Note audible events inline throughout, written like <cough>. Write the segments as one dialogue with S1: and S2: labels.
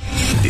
S1: The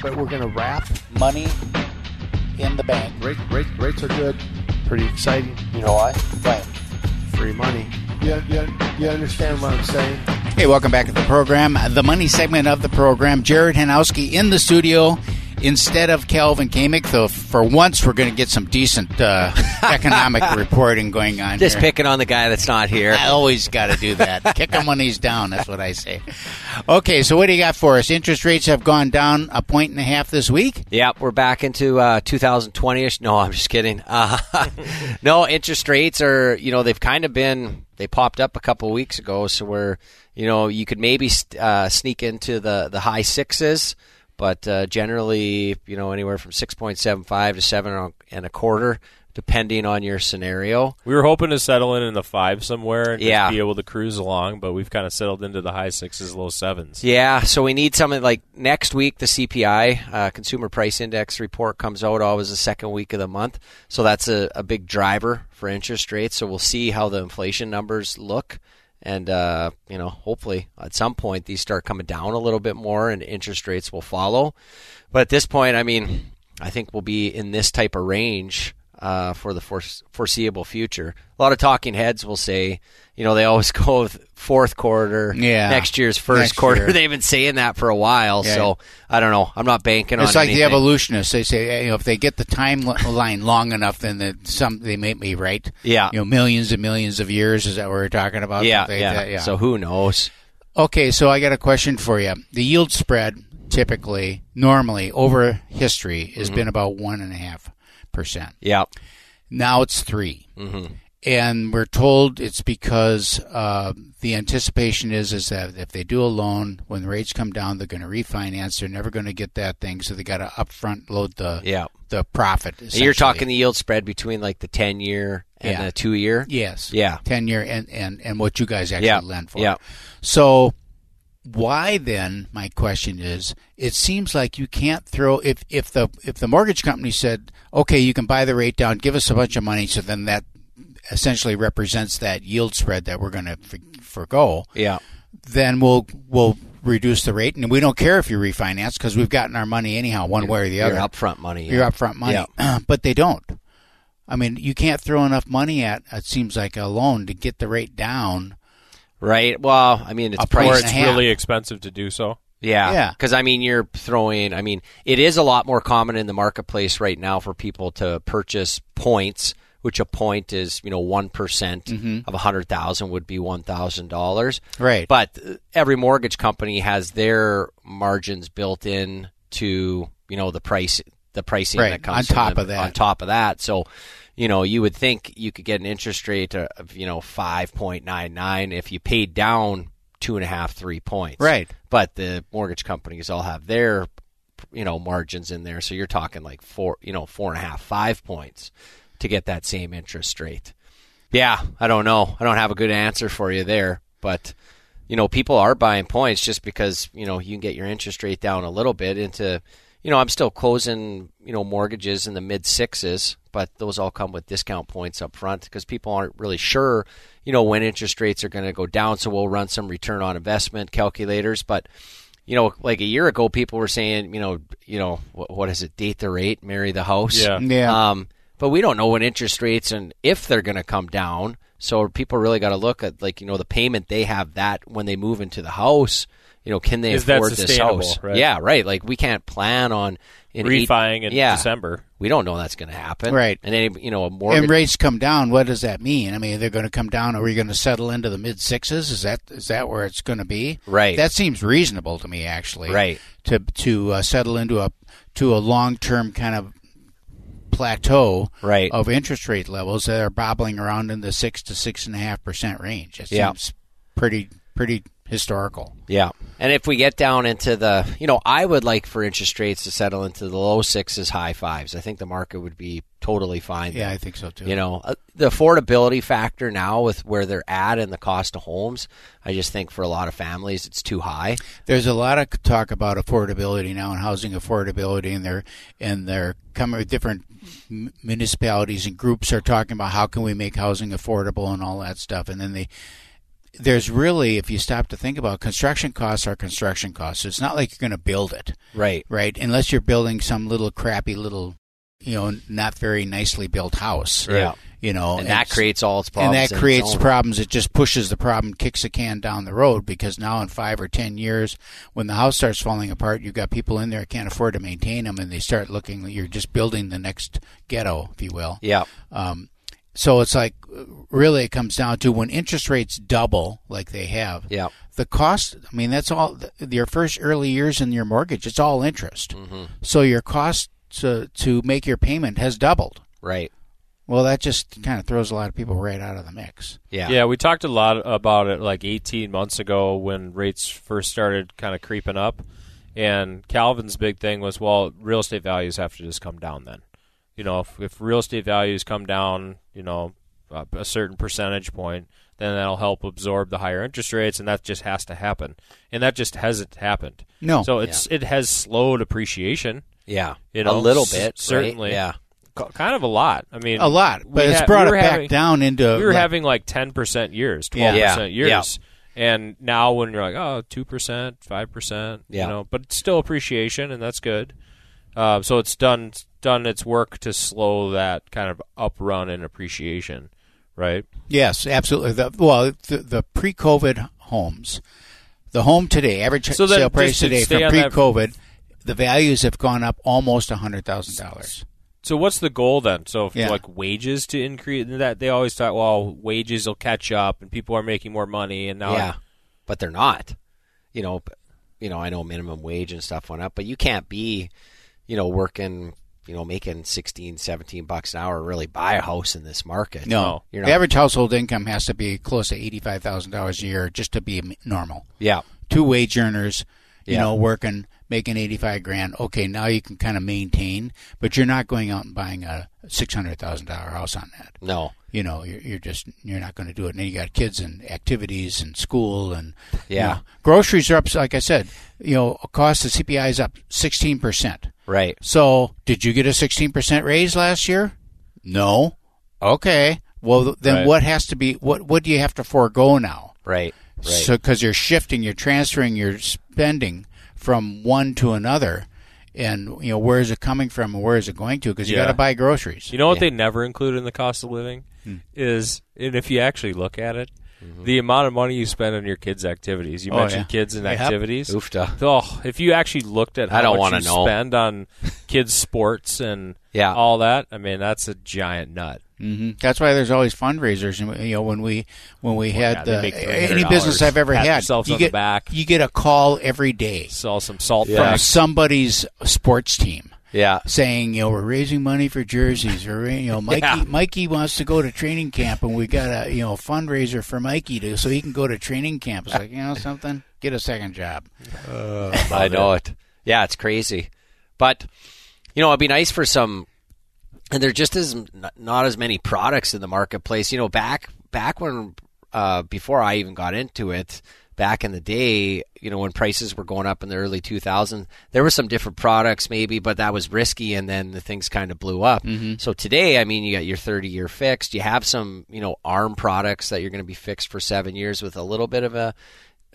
S2: but we're going to wrap
S3: money in the bank.
S2: Rate, rate, rates are good. Pretty exciting.
S3: You know why? Right.
S2: Free money. You, you, you understand what I'm saying?
S3: Hey, welcome back to the program, the money segment of the program. Jared Hanowski in the studio instead of Calvin Kamick. Though for once, we're going to get some decent <laughs> uh, economic reporting going on.
S4: Just
S3: here.
S4: picking on the guy that's not here.
S3: I always got to do <laughs> that. Kick him when he's down. That's what I say. Okay, so what do you got for us? Interest rates have gone down a point and a half this week.
S4: Yep, we're back into uh, 2020ish. No, I'm just kidding. Uh, <laughs> no, interest rates are you know they've kind of been they popped up a couple weeks ago, so we're you know you could maybe uh, sneak into the the high sixes, but uh, generally you know anywhere from 6.75 to seven and a quarter, depending on your scenario.
S5: We were hoping to settle in in the five somewhere and
S4: Yeah.
S5: just be able to cruise along, but we've kind of settled into the high sixes, low sevens.
S4: Yeah, so we need something like next week. The CPI, uh, Consumer Price Index report, comes out always the second week of the month, so that's a, a big driver for interest rates. So we'll see how the inflation numbers look, and uh, you know, hopefully at some point these start coming down a little bit more, and interest rates will follow. But at this point, I mean, I think we'll be in this type of range uh, for the force foreseeable future. A lot of talking heads will say, you know, they always <laughs> go with fourth quarter,
S3: Yeah.
S4: next year's first
S3: Next
S4: quarter.
S3: year.
S4: They've been saying that for a while,
S3: Yeah.
S4: so I don't know. I'm not banking on.
S3: It's like the
S4: anything.
S3: evolutionists. They say hey, you know, if they get the timeline long enough, then the, some they may be right.
S4: Yeah.
S3: you know, millions and millions of years. Is that what we're talking about?
S4: Yeah,
S3: Something like
S4: yeah.
S3: that, yeah.
S4: So who knows?
S3: Okay, so I got a question for you. The yield spread typically, normally over history, has
S4: Mm-hmm.
S3: been about one and a half percent.
S4: Yeah,
S3: Now it's 3 mm-hmm. and we're told it's because uh, the anticipation is is that if they do a loan, when the rates come down, they're going to refinance. They're never going to get that thing, so they got to upfront load the
S4: yeah.
S3: the profit.
S4: And You're
S3: essentially.
S4: talking the yield spread between like the ten year and
S3: Yeah.
S4: the two year.
S3: yes,
S4: Yeah.
S3: ten year, and and and what you guys actually
S4: Yeah,
S3: lend for.
S4: yeah.
S3: So why then my question is it seems like you can't throw if if the if the mortgage company said okay you can buy the rate down give us a bunch of money so then that essentially represents that yield spread that we're going to forego
S4: Yeah,
S3: then we'll we'll reduce the rate and we don't care if you refinance because we've gotten our money anyhow one way or the
S4: your
S3: other
S4: upfront money.
S3: your upfront money. <clears throat> but they don't. I mean, you can't throw enough money at it seems like a loan to get the rate down.
S4: right? Well, I mean, it's
S3: A price
S5: Or
S4: priced
S3: and a
S5: it's
S3: half.
S5: really expensive to do so.
S4: Yeah.
S3: Yeah.
S4: Because, I mean, you're throwing, I mean, it is a lot more common in the marketplace right now for people to purchase points, which a point is, you know, 1% percent of 100000 would be $1,000.
S3: Mm-hmm. Right.
S4: But uh, every mortgage company has their margins built in to, you know, the price, the pricing
S3: Right,
S4: that comes
S3: on
S4: from
S3: top
S4: the-
S3: of that.
S4: On top of that. So, you know, you would think you could get an interest rate of, you know, 5.99 if you paid down two and a half, three points
S3: Right.
S4: but the mortgage companies all have their you know margins in there so you're talking like four you know four and a half five points to get that same interest rate yeah i don't know i don't have a good answer for you there but you know people are buying points just because you know you can get your interest rate down a little bit into you know i'm still closing you know mortgages in the mid sixes but those all come with discount points up front because people aren't really sure you know when interest rates are going to go down so we'll run some return on investment calculators but you know like a year ago people were saying you know you know what, what is it date the rate marry the house
S5: Yeah.
S3: Yeah.
S4: um, but we don't know what interest rates and if they're going to come down. So people really got to look at like you know the payment they have that when they move into the house. You know, can they
S5: Is that
S4: afford this
S5: sustainable,
S4: house?
S5: right?
S4: Yeah, right. Like we can't plan on an eight-
S5: Refying in
S4: yeah,
S5: December.
S4: We don't know that's going to happen,
S3: Right.
S4: And then you know a mortgage.
S3: and rates come down. What does that mean? I mean, they're going to come down. Are we going to settle into the mid sixes? Is that is that where it's going to be?
S4: Right.
S3: That seems reasonable to me, actually.
S4: Right.
S3: To to uh, settle into a to a long term kind of plateau
S4: Right.
S3: of interest rate levels that are bobbling around in the six to six and a half percent range. It
S4: Yeah.
S3: seems pretty pretty historical.
S4: Yeah. And if we get down into the, you know, I would like for interest rates to settle into the low sixes, high fives. I think the market would be totally fine.
S3: Yeah,
S4: there.
S3: I think so too.
S4: You know, uh, the affordability factor now with where they're at and the cost of homes, I just think for a lot of families it's too high.
S3: There's a lot of talk about affordability now and housing affordability, and they're and they're coming with different m- municipalities and groups are talking about how can we make housing affordable and all that stuff. And then they there's really, if you stop to think about, it, construction costs are construction costs. It's not like you're going to build it,
S4: Right.
S3: right? Unless you're building some little crappy little, you know, not very nicely built house.
S4: Yeah.
S3: You know,
S4: And, that
S3: it's-
S4: creates all its
S3: and
S4: problems.
S3: that
S4: in its
S3: creates
S4: own.
S3: problems. It just pushes the problem, kicks the can down the road because now in five or ten years, when the house starts falling apart, you've got people in there that can't afford to maintain them, and they start looking. You're just building the next ghetto, if you will.
S4: Yeah.
S3: Um, so it's like really, it comes down to when interest rates double, like they have.
S4: Yeah.
S3: The cost. I mean, that's all. Your first early years in your mortgage, it's all interest.
S4: Mm-hmm.
S3: So your cost to to make your payment has doubled.
S4: Right.
S3: Well, that just kind of throws a lot of people right out of the mix.
S4: Yeah.
S5: Yeah, we talked a lot about it like 18 months ago when rates first started kind of creeping up. And Calvin's big thing was, well, real estate values have to just come down then. You know, if, if real estate values come down, you know, a a certain percentage point, then that'll help absorb the higher interest rates, and that just has to happen. And that just hasn't happened.
S3: No.
S5: So it's it has slowed appreciation.
S4: Yeah.
S5: You know,
S4: a little
S5: s-
S4: bit. right?
S5: certainly.
S4: Yeah.
S5: C- kind of a lot. I mean,
S3: a lot, but
S5: we
S3: it's
S5: ha-
S3: brought
S5: we
S3: it
S5: were
S3: back
S5: having-
S3: down into.
S5: we were
S3: like-
S5: having like 10% years, 12%
S3: Yeah.
S4: Uh, Yeah.
S5: years. And now when you're like, oh, 2%, 5%,
S4: Yeah.
S5: you know, but it's still appreciation and that's good. Uh, so it's done it's done its work to slow that kind of uprun in appreciation, right?
S3: yes, absolutely. The, well, the, the pre-COVID homes, the home today, average
S5: So then
S3: sale price
S5: just to
S3: today
S5: stay
S3: from
S5: on that-
S3: pre-COVID, the values have gone up almost hundred thousand dollars.
S5: So what's the goal then? So if
S3: Yeah.
S5: like wages to increase that they always thought, well, wages will catch up and people are making more money and now
S4: Yeah, but they're not. You know, b- you know. I know minimum wage and stuff went up, but you can't be, you know, working, you know, making 16, 17 bucks an hour to really buy a house in this market.
S3: No,
S4: you're
S3: the
S4: not.
S3: average household income has to be close to eighty-five thousand dollars a year just to be m- normal.
S4: yeah,
S3: Two wage earners, you
S4: Yeah.
S3: know, working making eighty-five grand. Okay, now you can kind of maintain, but you're not going out and buying a six hundred thousand dollar house on that.
S4: no,
S3: you know you're, you're just you're not going to do it and then you got kids and activities and school and you
S4: Yeah.
S3: know. groceries are up like i said you know cost of cpi is up 16%
S4: right.
S3: so did you get a 16% raise last year no okay well then
S5: Right.
S3: what has to be what what do you have to forego now
S4: Right. Right.
S3: so because you're shifting you're transferring your spending from one to another and you know where is it coming from and where is it going to because you
S5: Yeah.
S3: got to buy groceries
S5: You know what they never include in the cost of living
S4: Hmm.
S5: is, and if you actually look at it,
S4: Mm-hmm.
S5: the amount of money you spend on your kids' activities. You
S3: Oh,
S5: mentioned
S3: yeah.
S5: kids and
S3: Yep.
S5: activities.
S4: Oofta.
S5: Oh, if you actually looked at how
S4: I don't wanna
S5: much you
S4: know. <laughs>
S5: spend on kids' sports and
S4: Yeah.
S5: all that, I mean that's a giant nut.
S3: hmm That's why there's always fundraisers. And you know, when we when we had
S5: God, they
S3: uh,
S5: make
S3: any
S5: $300.
S3: business I've ever
S5: Pat
S3: had,
S5: yourselves
S3: you
S5: on the
S3: get
S5: back.
S3: you get a call every day
S5: Sell some salt
S3: from
S5: packs.
S3: somebody's sports team
S4: yeah.
S3: saying, you know, we're raising money for jerseys, or you
S5: <laughs>
S3: know, Mikey
S4: Yeah.
S3: Mikey wants to go to training camp, and we got a you know fundraiser for Mikey to so he can go to training camp.
S5: <laughs>
S3: It's like you know something, get a second job.
S4: I know it. Yeah, it's crazy. But you know, it'd be nice for some. And there just is n- not as many products in the marketplace. You know, back back when uh, before I even got into it, back in the day, you know, when prices were going up in the early 2000s, there were some different products maybe, but that was risky, and then the things kind of blew up. So today, I mean, you got your 30 year fixed. You have some, you know, ARM products that you're going to be fixed for seven years with a little bit of a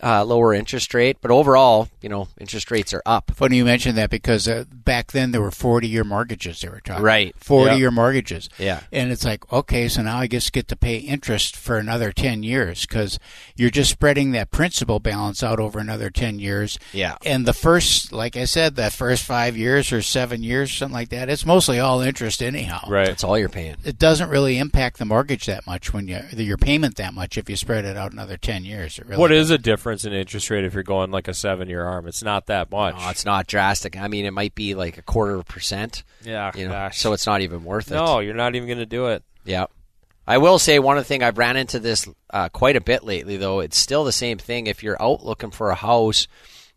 S4: uh, lower interest rate, but overall, you know, interest rates are up.
S3: Funny you mentioned that because uh, back then there were 40 year mortgages they were talking.
S4: Right.
S3: 40
S4: Yeah.
S3: year mortgages.
S4: Yeah.
S3: And it's like, okay, so now I just get to pay interest for another 10 years because you're just spreading that principal balance out over another 10 years.
S4: Yeah.
S3: And the first, like I said, that first five years or seven years, something like that, it's mostly all interest anyhow.
S5: Right.
S4: That's all you're paying.
S3: It doesn't really impact the mortgage that much when you your payment that much if you spread it out another 10 years. It really
S5: What is a difference in interest rate if you're going like a seven year arm? It's not that much.
S4: No, Oh, it's not drastic. I mean, it might be like a quarter of a percent.
S5: Yeah,
S4: you know,
S5: gosh.
S4: so it's not even worth it.
S5: no, you're not even going to do it.
S4: Yeah. I will say one other thing I've ran into this uh, quite a bit lately, though. It's still the same thing. If you're out looking for a house,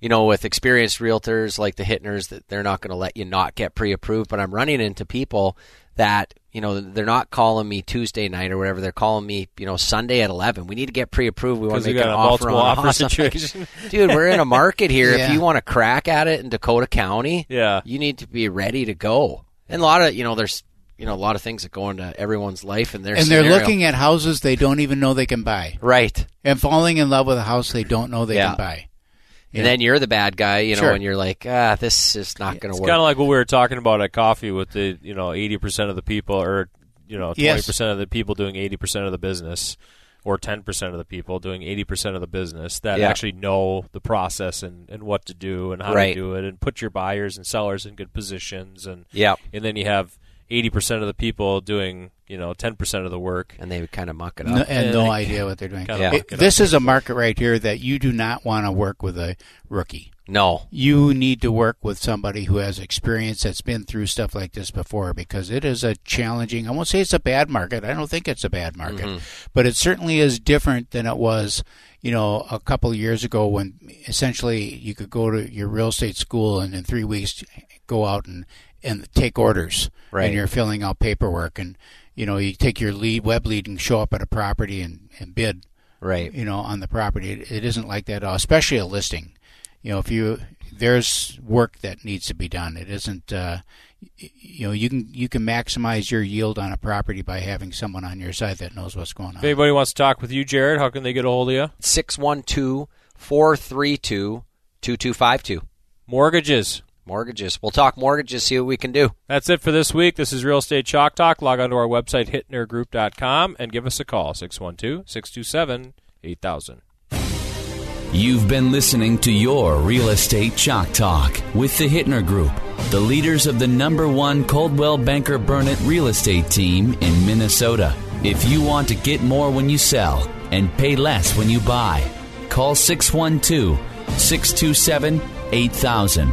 S4: you know, with experienced realtors like the Hittners, that they're not going to let you not get pre-approved. But I'm running into people that you know they're not calling me Tuesday night or whatever. They're calling me you know Sunday at 11. We need to get pre-approved. We want
S5: 'Cause
S4: to
S5: we
S4: make an
S5: got a
S4: offer
S5: multiple
S4: on
S5: offer
S4: a house. <laughs> I'm like,
S5: situation.
S4: Dude, we're in a market here.
S3: Yeah.
S4: If you want to crack at it in Dakota County,
S5: Yeah.
S4: you need to be ready to go. And a lot of you know, there's you know a lot of things that go into everyone's life and their
S3: and they're
S4: scenario.
S3: looking at houses they don't even know they can buy,
S4: right.
S3: and falling in love with a house they don't know they
S4: Yeah.
S3: can buy.
S4: And then you're the bad guy, you know,
S3: Sure.
S4: and you're like, ah, this is not going
S5: It's
S4: to
S5: kind of
S4: work.
S5: like what we were talking about at coffee with the you know eighty percent of the people or you know twenty
S3: Yes.
S5: percent of the people doing eighty percent of the business, or ten percent of the people doing eighty percent of the business that
S4: Yeah.
S5: actually know the process and, and what to do and how
S4: Right.
S5: to do it and put your buyers and sellers in good positions and
S4: Yep.
S5: and then you have eighty percent of the people doing you know ten percent of the work.
S4: And they kind of muck it
S3: No,
S4: up.
S3: and no idea what they're doing.
S5: Kinda
S4: Yeah.
S3: It-
S5: muck it up.
S3: this is a market right here that you do not want to work with a rookie.
S4: No.
S3: You need to work with somebody who has experience that's been through stuff like this before because it is a challenging. I won't say it's a bad market. I don't think it's a bad market, but it certainly is different than it was, you know, a couple of years ago when essentially you could go to your real estate school and in three weeks go out and and take orders
S4: Right.
S3: and you're filling out paperwork and you know you take your lead web lead and show up at a property and, and bid
S4: Right.
S3: you know, on the property. It, it isn't like that at all, especially a listing. You know, if you there's work that needs to be done. It isn't, uh, y- you know, you can you can maximize your yield on a property by having someone on your side that knows what's going on.
S5: If anybody wants to talk with you, Jared, how can they get a hold of you?
S4: 612 432 2252.
S5: Mortgages.
S4: Mortgages. We'll talk mortgages, see what we can do.
S5: That's it for this week. This is Real Estate Chalk Talk. Log on to our website, hitnergroup.com, and give us a call, 612 627 8000.
S6: You've been listening to your Real Estate Chalk Talk with the Hittner Group, the leaders of the number one Coldwell Banker Burnett real estate team in Minnesota. If you want to get more when you sell and pay less when you buy, call 612 627 8000